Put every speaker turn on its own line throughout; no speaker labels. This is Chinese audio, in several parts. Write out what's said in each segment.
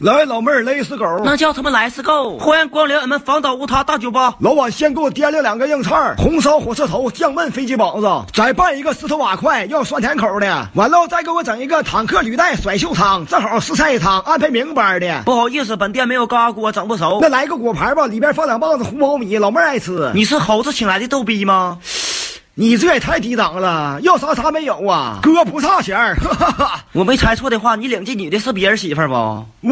来，老妹儿，来一死狗。
那叫他们来是够！欢迎光临俺们房岛无他大酒吧。
老板，先给我掂量两个硬菜儿：红烧火车头、酱焖飞机膀子，再拌一个石头瓦块，要酸甜口的。完了，再给我整一个坦克履带甩袖汤，正好十菜一汤，安排明白的。
不好意思，本店没有高压锅，整不熟
那。来个果盘吧，里边放两棒子红苞米，老妹儿爱吃。
你是猴子请来的逗逼吗？
你这也太低档了，要啥啥没有啊，哥不差钱儿。哈哈哈。
我没猜错的话，你领这女的是别人媳妇儿不？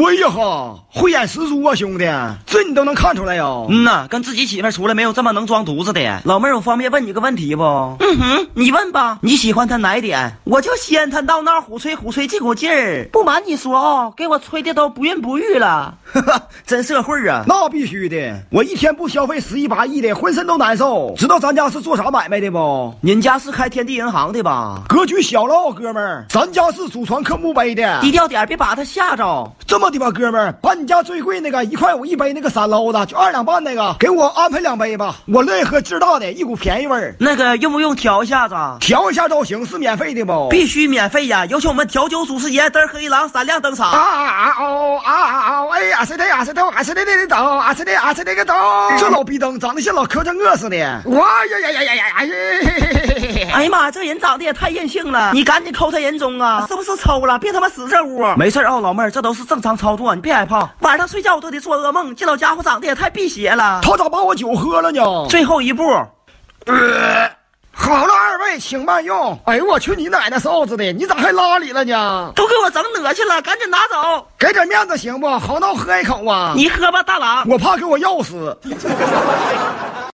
哎呀哈，慧眼识珠啊，兄弟，这你都能看出来呀、
嗯呐，跟自己媳妇儿出来没有这么能装犊子的。老妹儿，我方便问你个问题不？嗯哼，你问吧。你喜欢他哪一点？我就稀罕他闹闹虎吹虎吹这股劲儿。不瞒你说啊、给我吹的都不孕不育了。哈哈， 真社会啊！
那必须的，我一天不消费十亿八亿的，浑身都难受。知道咱家是做啥买卖的不？
您家是开天地银行的吧？
格局小喽，哥们儿，咱家是祖传刻墓碑的。
低调点，别把他吓着。
这么的吧，哥们儿，把你家最贵那个一块五一杯那个散捞的，就二两半那个，给我安排两杯吧。我乐意喝劲儿大的，一股便宜味儿。
那个用不用调一下子？
调一下造型是免费的不？
必须免费呀！有请我们调酒祖师爷嘚儿黑一郎闪亮登
啊
场。
啊哦啊啊哦！哎呀，谁的呀？谁的？啊谁的？的的抖啊谁的？啊谁的个抖？这老逼灯长得像老磕碜饿似的。哇呀呀呀呀呀呀！
哎呀妈，这人长得也太任性了！你赶紧抠他人中啊！是不是抽了？别他妈死这屋！没事啊、老妹儿，这都是正常操作，你别害怕。晚上睡觉我都得做噩梦，这老家伙长得也太辟邪了。
他咋把我酒喝了呢？
最后一步，
好了，二位请慢用。哎呦我去你奶奶臊子的！你咋还拉里了呢？
都给我整恶心了，赶紧拿走！
给点面子行不？好，那我喝一口啊。
你喝吧，大郎。
我怕给我药死。